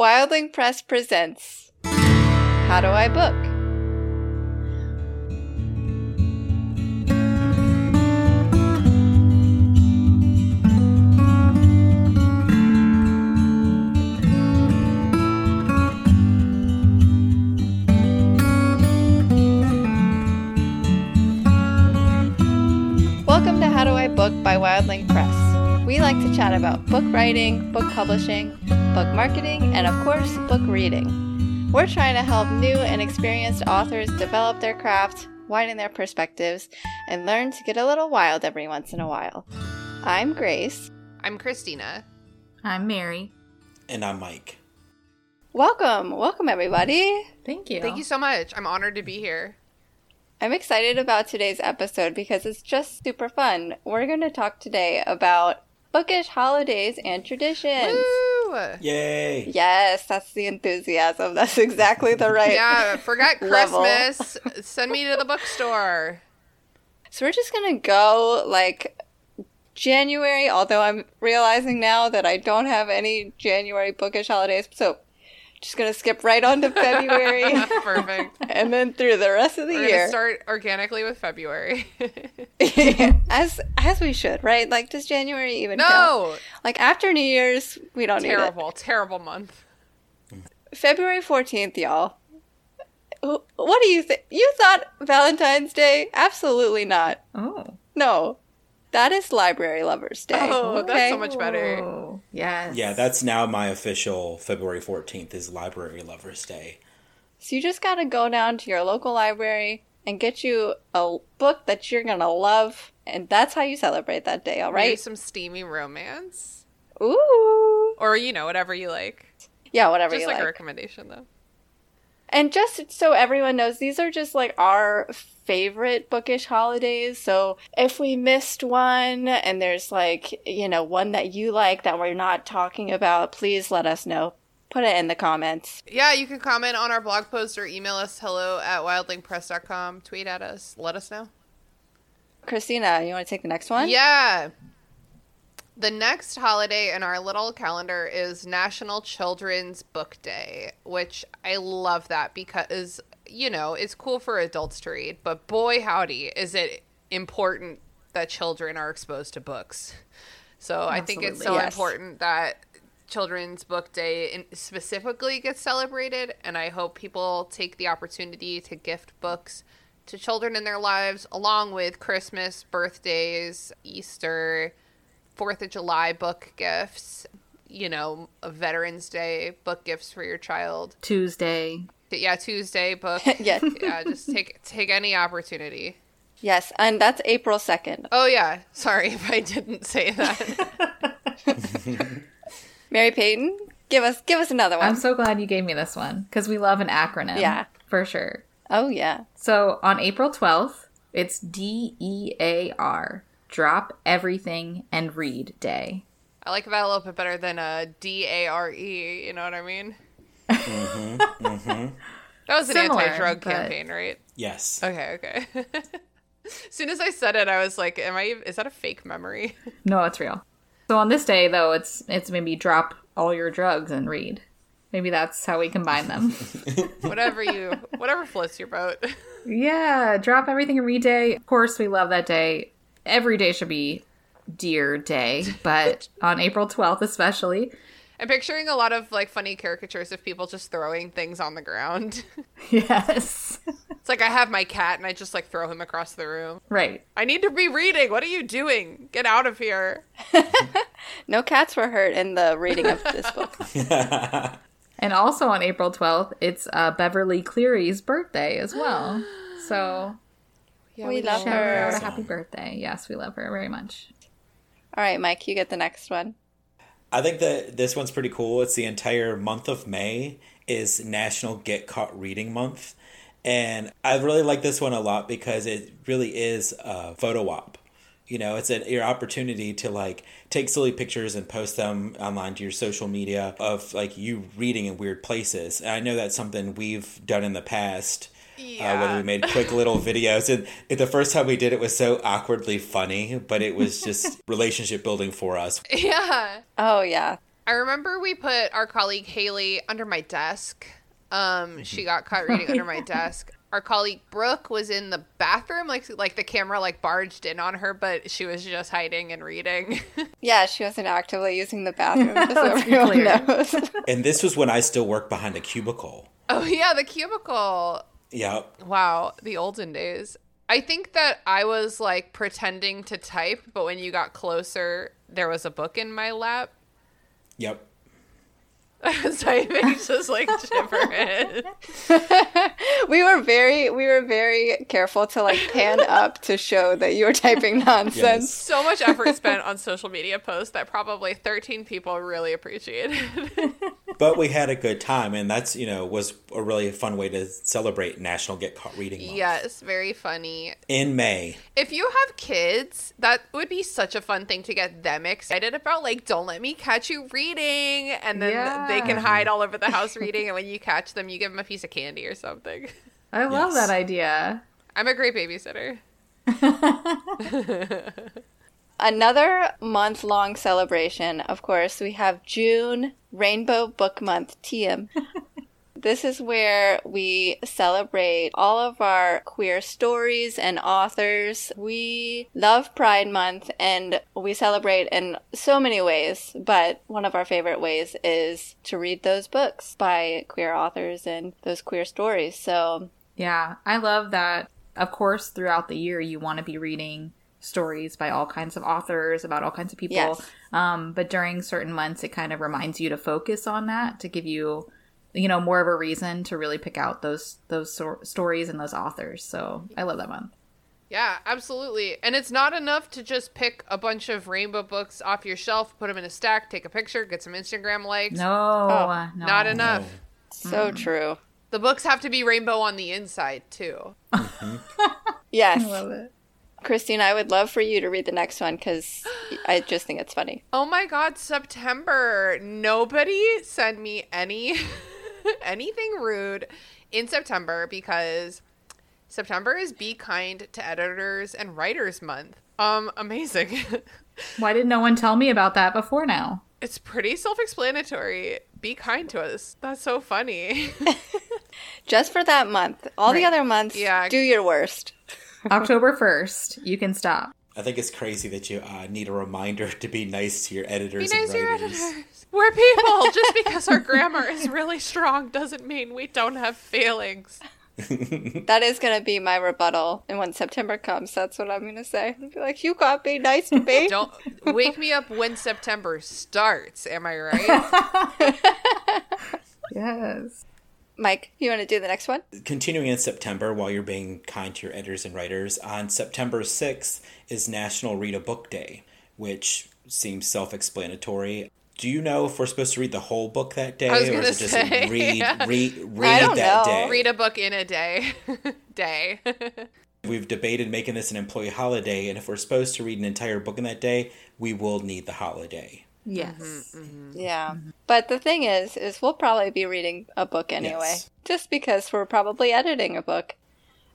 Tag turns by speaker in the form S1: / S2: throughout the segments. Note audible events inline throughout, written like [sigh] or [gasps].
S1: Wildling Press presents How Do I Book? Welcome to How Do I Book by Wildling Press. We like to chat about book writing, book publishing, book marketing, and of course, book reading. We're trying to help new and experienced authors develop their craft, widen their perspectives, and learn to get a little wild every once in a while. I'm Grace.
S2: I'm Christina.
S3: I'm Mary.
S4: And I'm Mike.
S1: Welcome, welcome everybody.
S3: Thank you.
S2: Thank you so much. I'm honored to be here.
S1: I'm excited about today's episode because it's just super fun. We're going to talk today about bookish holidays and traditions.
S2: Woo!
S4: Yay!
S1: Yes, that's the enthusiasm. That's exactly the right.
S2: [laughs] Yeah,
S1: [laughs]
S2: forgot
S1: Level.
S2: Christmas. Send me to
S1: [laughs]
S2: the bookstore.
S1: So we're just gonna go like January. Although I'm realizing now that I don't have any January bookish holidays, so just gonna skip right on
S2: [laughs]
S1: to February [laughs]
S2: Perfect.
S1: and then through the rest of the
S2: We're
S1: [laughs]
S2: gonna
S1: year,
S2: start organically with
S1: [laughs]
S2: February.
S1: as as we should, right? Like, does January even count?
S2: no,
S1: Like after New Year's, we don't need
S2: terrible, terrible month.
S1: it. February fourteenth, y'all. Wh- What do you think? You thought Valentine's Day? Absolutely not.
S3: Oh.
S1: No, that is Library Lovers Day.
S2: Oh, that's so much better.
S3: Oh, Yes.
S4: Yeah, that's now my official February 14th is Library Lovers Day.
S1: So you just gotta go down to your local library and get you a book that you're gonna love, and that's how you celebrate that day, all
S2: Maybe
S1: right?
S2: some steamy romance,
S1: Ooh,
S2: or you know, whatever you like.
S1: yeah, whatever
S2: Just
S1: you
S2: like,
S1: like.
S2: a recommendation, though.
S1: And just so everyone knows, these are just like our favorite bookish holidays. So if we missed one, and there's like you know one that you like that we're not talking about, please let us know. Put it in the comments.
S2: Yeah, you can comment on our blog post or email us hello at wildlingpress.com. Tweet at us. Let us know.
S1: Christina, you want to take the next [laughs] one?
S2: Yeah. The next holiday in our little calendar is National Children's Book Day, which I love that because, you know, it's cool for adults to read, but boy, howdy, is it important that children are exposed to books. So I think it's so
S3: Absolutely,
S1: yes.
S2: important that Children's Book Day in- specifically gets celebrated, and I hope people take the opportunity to gift books to children in their lives, along with Christmas, birthdays, Easter, Fourth of July book gifts, you know, a Veterans Day book gifts for your child.
S3: Tuesday.
S2: Yeah, Tuesday book.
S1: Yes.
S2: yeah, just take take any opportunity.
S1: Yes, and that's April second.
S2: Oh yeah, sorry [laughs] if I didn't say that.
S1: Mary Payton, give us give us another one.
S3: I'm so glad you gave me this one because we love an acronym.
S1: Yeah.
S3: For sure.
S1: oh yeah.
S3: So on April 12th, it's D E A R, Drop Everything and Read Day.
S2: I like that a little bit better than a D A R E. You know what I mean? [laughs] That was an
S3: Similar,
S2: anti-drug
S3: but-
S2: campaign, right?
S4: Yes.
S2: Okay, okay. [laughs] as soon as I said it, I was like, "Am I? Is that a fake memory?" [laughs]
S3: No, it's real. So on this day though, it's it's maybe drop all your drugs and read. Maybe that's how we combine them.
S2: whatever you, whatever floats your boat. [laughs]
S3: Yeah, drop everything every day. Of course, we love that day. Every day should be Dear Day, [laughs] but on April 12th, especially.
S2: I'm picturing a lot of like funny caricatures of people just throwing things on the ground. [laughs]
S3: Yes.
S2: It's like I have my cat and I just like throw him across the room.
S3: [laughs] Right.
S2: I need to be reading. What are you doing? Get out of here.
S1: No cats were hurt in the reading of this
S3: [laughs]
S1: book.
S3: And also on April 12th, it's uh, Beverly Cleary's birthday as well. So,
S2: Yeah,
S1: We love
S3: [gasps] shout her
S1: her.
S3: out a happy birthday. Yes, we love her very much.
S1: All right, Mike, you get the next one.
S4: I think that this one's pretty cool. It's the entire month of May is National Get Caught Reading Month. And I really like this one a lot because it really is a photo op. You know, it's an, your opportunity to like take silly pictures and post them online to your social media of like you reading in weird places. And I know that's something we've done in the past. Uh,
S2: Yeah.
S4: when we made quick little videos, and it- the first time we did it was so awkwardly funny, but it was just relationship building for us.
S2: [laughs] Yeah.
S1: Oh yeah.
S2: I remember we put our colleague Haley under my desk. Um, she got caught reading under my desk. Our colleague Brooke was in the bathroom, like like the camera like barged in on her, but she was just hiding and reading. [laughs]
S1: Yeah, she wasn't actively using the
S3: [laughs]
S1: bathroom, just so
S3: Let's be
S1: everyone
S3: clear.
S1: knows.
S4: And this was when I still worked behind a cubicle.
S2: oh yeah, the cubicle.
S4: Yeah.
S2: Wow, the olden days. I think that I was like pretending to type, but when you got closer, there was a book in my lap. [laughs]
S4: Yep.
S2: I was typing just like gibberish.
S1: we were very we were very careful to like pan up to show that you were typing
S2: [laughs]
S1: nonsense.
S2: so much effort spent on social media posts that probably 13 people really appreciated. [laughs]
S4: But we had a good time, and that's you know was a really fun way to celebrate National Get Caught Reading Month
S2: yes, very funny.
S4: in May.
S2: If you have kids, that would be such a fun thing to get them excited about. Like, don't let me catch you reading. And then they can
S3: Yeah.
S2: hide all over the house reading. And when you catch them, you give them a piece of candy or something.
S3: I love
S4: Yes.
S3: that idea.
S2: I'm a great babysitter.
S1: Another month long celebration, of course, we have June Rainbow Book Month TM. this is where we celebrate all of our queer stories and authors. We love Pride Month and we celebrate in so many ways, but one of our favorite ways is to read those books by queer authors and those queer stories. So
S3: Yeah, I love that. Of course, throughout the year, you want to be reading stories by all kinds of authors about all kinds of people.
S1: Yes.
S3: Um, but during certain months, it kind of reminds you to focus on that to give you, you know, more of a reason to really pick out those those sor- stories and those authors. So I love that month.
S2: Yeah, absolutely. And it's not enough to just pick a bunch of rainbow books off your shelf, put them in a stack, take a picture, get some Instagram likes.
S3: No,
S1: Oh,
S3: no.
S2: Not enough.
S1: so
S3: Mm.
S1: true.
S2: The books have to be rainbow on the inside, too.
S1: Yes.
S3: I love it.
S1: Christine, I would love for you to read the next one because I just think it's funny.
S2: Oh my god, September. Nobody send me any [laughs] anything rude in September because September is be kind to editors and writers month. Um amazing. [laughs]
S3: Why did no one tell me about that
S1: [laughs]
S3: before now?
S2: it's pretty self-explanatory. Be kind to us. That's so funny. [laughs]
S1: Just for that month. All the
S3: Right.
S1: other months,
S2: Yeah.
S1: do your worst.
S3: October 1st, you can stop.
S4: I think it's crazy that you uh, need a reminder [laughs] to be nice to your editors
S2: Be nice to
S4: and
S2: your
S4: writers.
S2: editors. We're people. Just because our grammar is really strong doesn't mean we don't have feelings.
S1: That is going to be my rebuttal. And when September comes, that's what I'm going to say. I'll be like, you got me nice
S3: [laughs]
S1: to me.
S2: Don't wake me up when September starts. Am I right?
S1: Mm-hmm,
S3: Yes.
S1: Mike, you want to do the next one?
S4: Continuing in September, while you're being kind to your editors and writers, on September 6th is National Read a Book Day, which seems self explanatory. Do you know if we're supposed to read the whole book that day,
S2: I was
S4: or
S2: gonna
S4: is it just
S2: say,
S4: read,
S2: yeah. [laughs]
S4: read, read
S1: don't
S4: that
S1: know.
S4: day?
S2: Read a book in a day. [laughs] day. [laughs]
S4: We've debated making this an employee holiday, and if we're supposed to read an entire book in that day, we will need the holiday.
S3: Yes.
S1: mm-hmm.
S3: Mm-hmm.
S1: Yeah. But the thing is, is we'll probably be reading a book anyway,
S4: Yes.
S1: just because we're probably editing a book.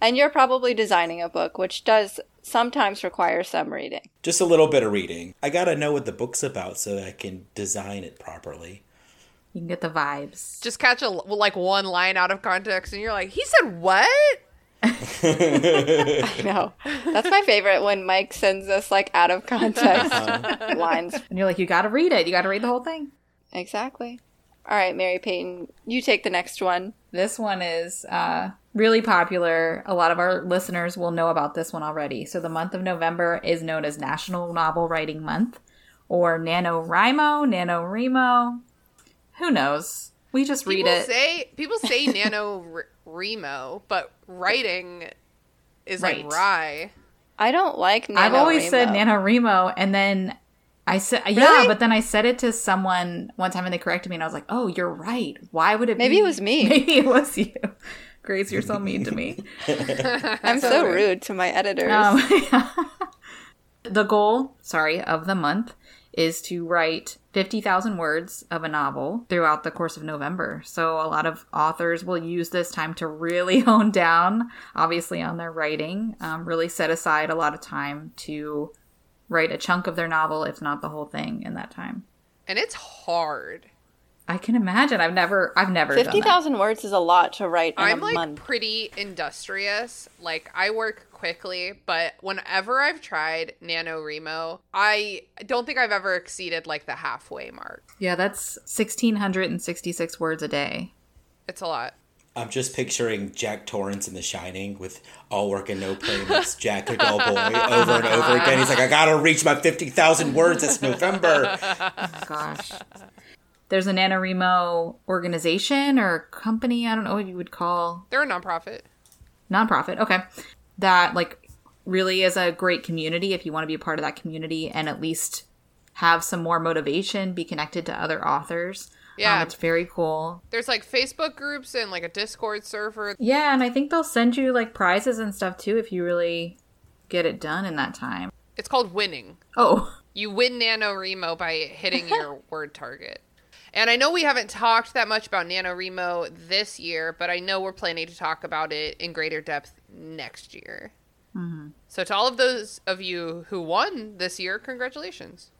S1: And you're probably designing a book, which does sometimes require some reading.
S4: Just a little bit of reading. I gotta know what the book's about so that I can design it properly.
S3: You can get the vibes.
S2: Just catch a like one line out of context, and you're like, "He said what?"
S1: I know. That's my favorite when Mike sends us like out of
S2: [laughs]
S1: context
S2: Uh-huh.
S1: lines
S3: And you're like, you got to read it. You got to read the whole thing.
S1: Exactly. All right, Mary Payton, you take the next one.
S3: This one is uh, really popular. A lot of our listeners will know about this one already. So, the month of November is known as National Novel Writing Month or NaNoWriMo, NaNoWriMo. Who knows? We just read
S2: people
S3: it.
S2: say people
S3: [laughs]
S2: say nano r- remo, but writing is
S3: Right.
S2: like rye.
S1: I don't like. Nano
S3: I've always said
S1: Remo.
S3: NaNoWriMo, and then I said, yeah,
S1: Really?
S3: but then I said it to someone one time and they corrected me, and I was like, oh, you're right. Why would it
S1: Maybe
S3: be?
S1: it was me.
S3: [laughs] Maybe it was you. Grace, you're so mean to me.
S1: I'm so rude to my editors.
S3: Um, [laughs] the goal, sorry, of the month is to write 50,000 words of a novel throughout the course of November. So a lot of authors will use this time to really [laughs] hone down, obviously, on their writing, um, really set aside a lot of time to write a chunk of their novel, if not the whole thing, in that time.
S2: and it's hard.
S3: I can imagine. I've never I've never done
S1: Fifty
S3: that.
S1: thousand words is a lot to write in
S2: I'm
S1: a
S2: like
S1: month.
S2: pretty industrious. Like I work quickly, but whenever I've tried Nano Remo, I don't think I've ever exceeded like the halfway mark.
S3: Yeah, that's 1666 words a day.
S2: It's a lot.
S4: I'm just picturing Jack Torrance in The Shining with all work and no play. and It's Jack the dull boy over and over again. He's like, I gotta reach my fifty thousand words this November.
S3: Gosh. There's a NaNoWriMo organization or company, I don't know what you would call
S2: They're a nonprofit.
S3: nonprofit. Okay. That like really is a great community if you want to be a part of that community and at least have some more motivation, be connected to other authors.
S2: Yeah.
S3: Um, it's very cool.
S2: There's like Facebook groups and like a Discord server.
S3: Yeah, and I think they'll send you like prizes and stuff too if you really get it done in that time.
S2: It's called winning.
S3: Oh, [laughs]
S2: You win NaNoWriMo by hitting your word target. And I know we haven't talked that much about NaNoWriMo this year, but I know we're planning to talk about it in greater depth next year. So, to all of those of you who won this year, congratulations.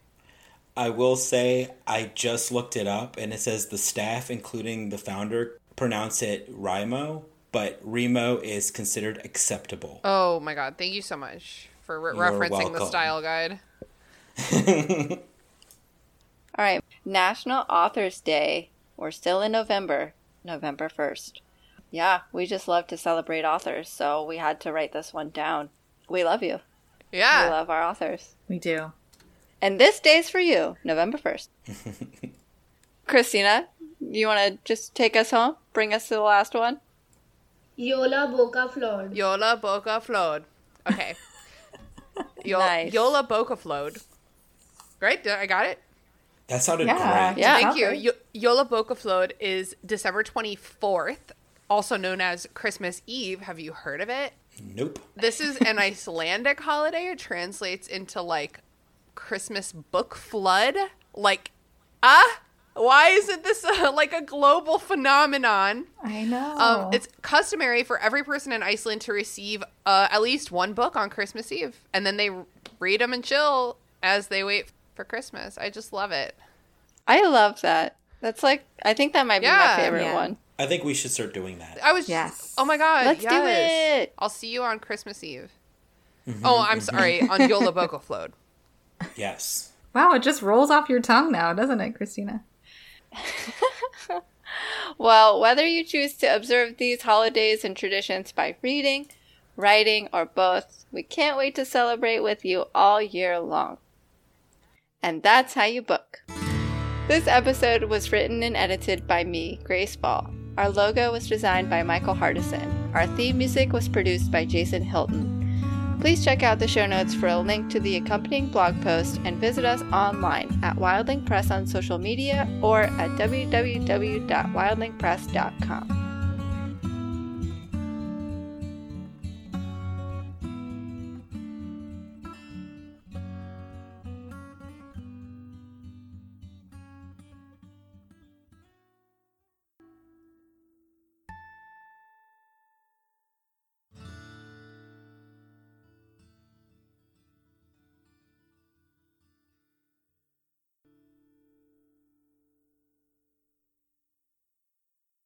S4: I will say I just looked it up and it says the staff, including the founder, pronounce it Rimo, but Remo is considered acceptable.
S2: Oh my God. Thank you so much for re-
S4: You're
S2: referencing the
S4: welcome.
S2: style guide.
S1: Oh. All right, National Authors Day. We're still in November, November 1st. Yeah, we just love to celebrate authors, so we had to write this one down. We love you. We
S2: Yeah.
S1: love our authors.
S3: we do.
S1: And this day's for you, November 1st. Christina, you want to just take us home? Bring us to the last one?
S5: Yola Boca Flor.
S2: Yola Boca Float. Okay. Yo-
S1: Nice.
S2: Yola Boca Float. Right? Did- I got it?
S4: [laughs] That sounded great.
S1: Yeah.
S2: Thank you.
S3: Okay.
S2: Yo- Yola Boca Float is December 24th, also known as Christmas Eve. Have you heard of it?
S4: Nope.
S2: This is an Icelandic holiday. It translates into like Christmas book flood. Like, ah, why isn't this [laughs] uh like a global phenomenon?
S3: I know.
S2: Um, it's customary for every person in Iceland to receive uh, at least one book on Christmas Eve, and then they read them and chill as they wait for Christmas. I just love it.
S1: I love that. That's like, I think that might be
S2: Yeah.
S1: my favorite
S3: Yeah.
S1: one.
S4: I think we should start doing that.
S2: I was
S3: Yes.
S2: Oh my god.
S1: Let's do
S2: yes.
S1: it.
S2: I'll see you on Christmas Eve. oh, I'm sorry,
S1: [laughs]
S2: on Yola Boca Float.
S4: Yes.
S3: wow, it just rolls off your tongue now, doesn't it, Christina?
S1: Well, whether you choose to observe these holidays and traditions by reading, writing, or both, we can't wait to celebrate with you all year long. And that's how you book. This episode was written and edited by me, Grace Ball. Our logo was designed by Michael Hardison. Our theme music was produced by Jason Hilton. Please check out the show notes for a link to the accompanying blog post and visit us online at Wildling Press on social media or at www.wildlingpress.com.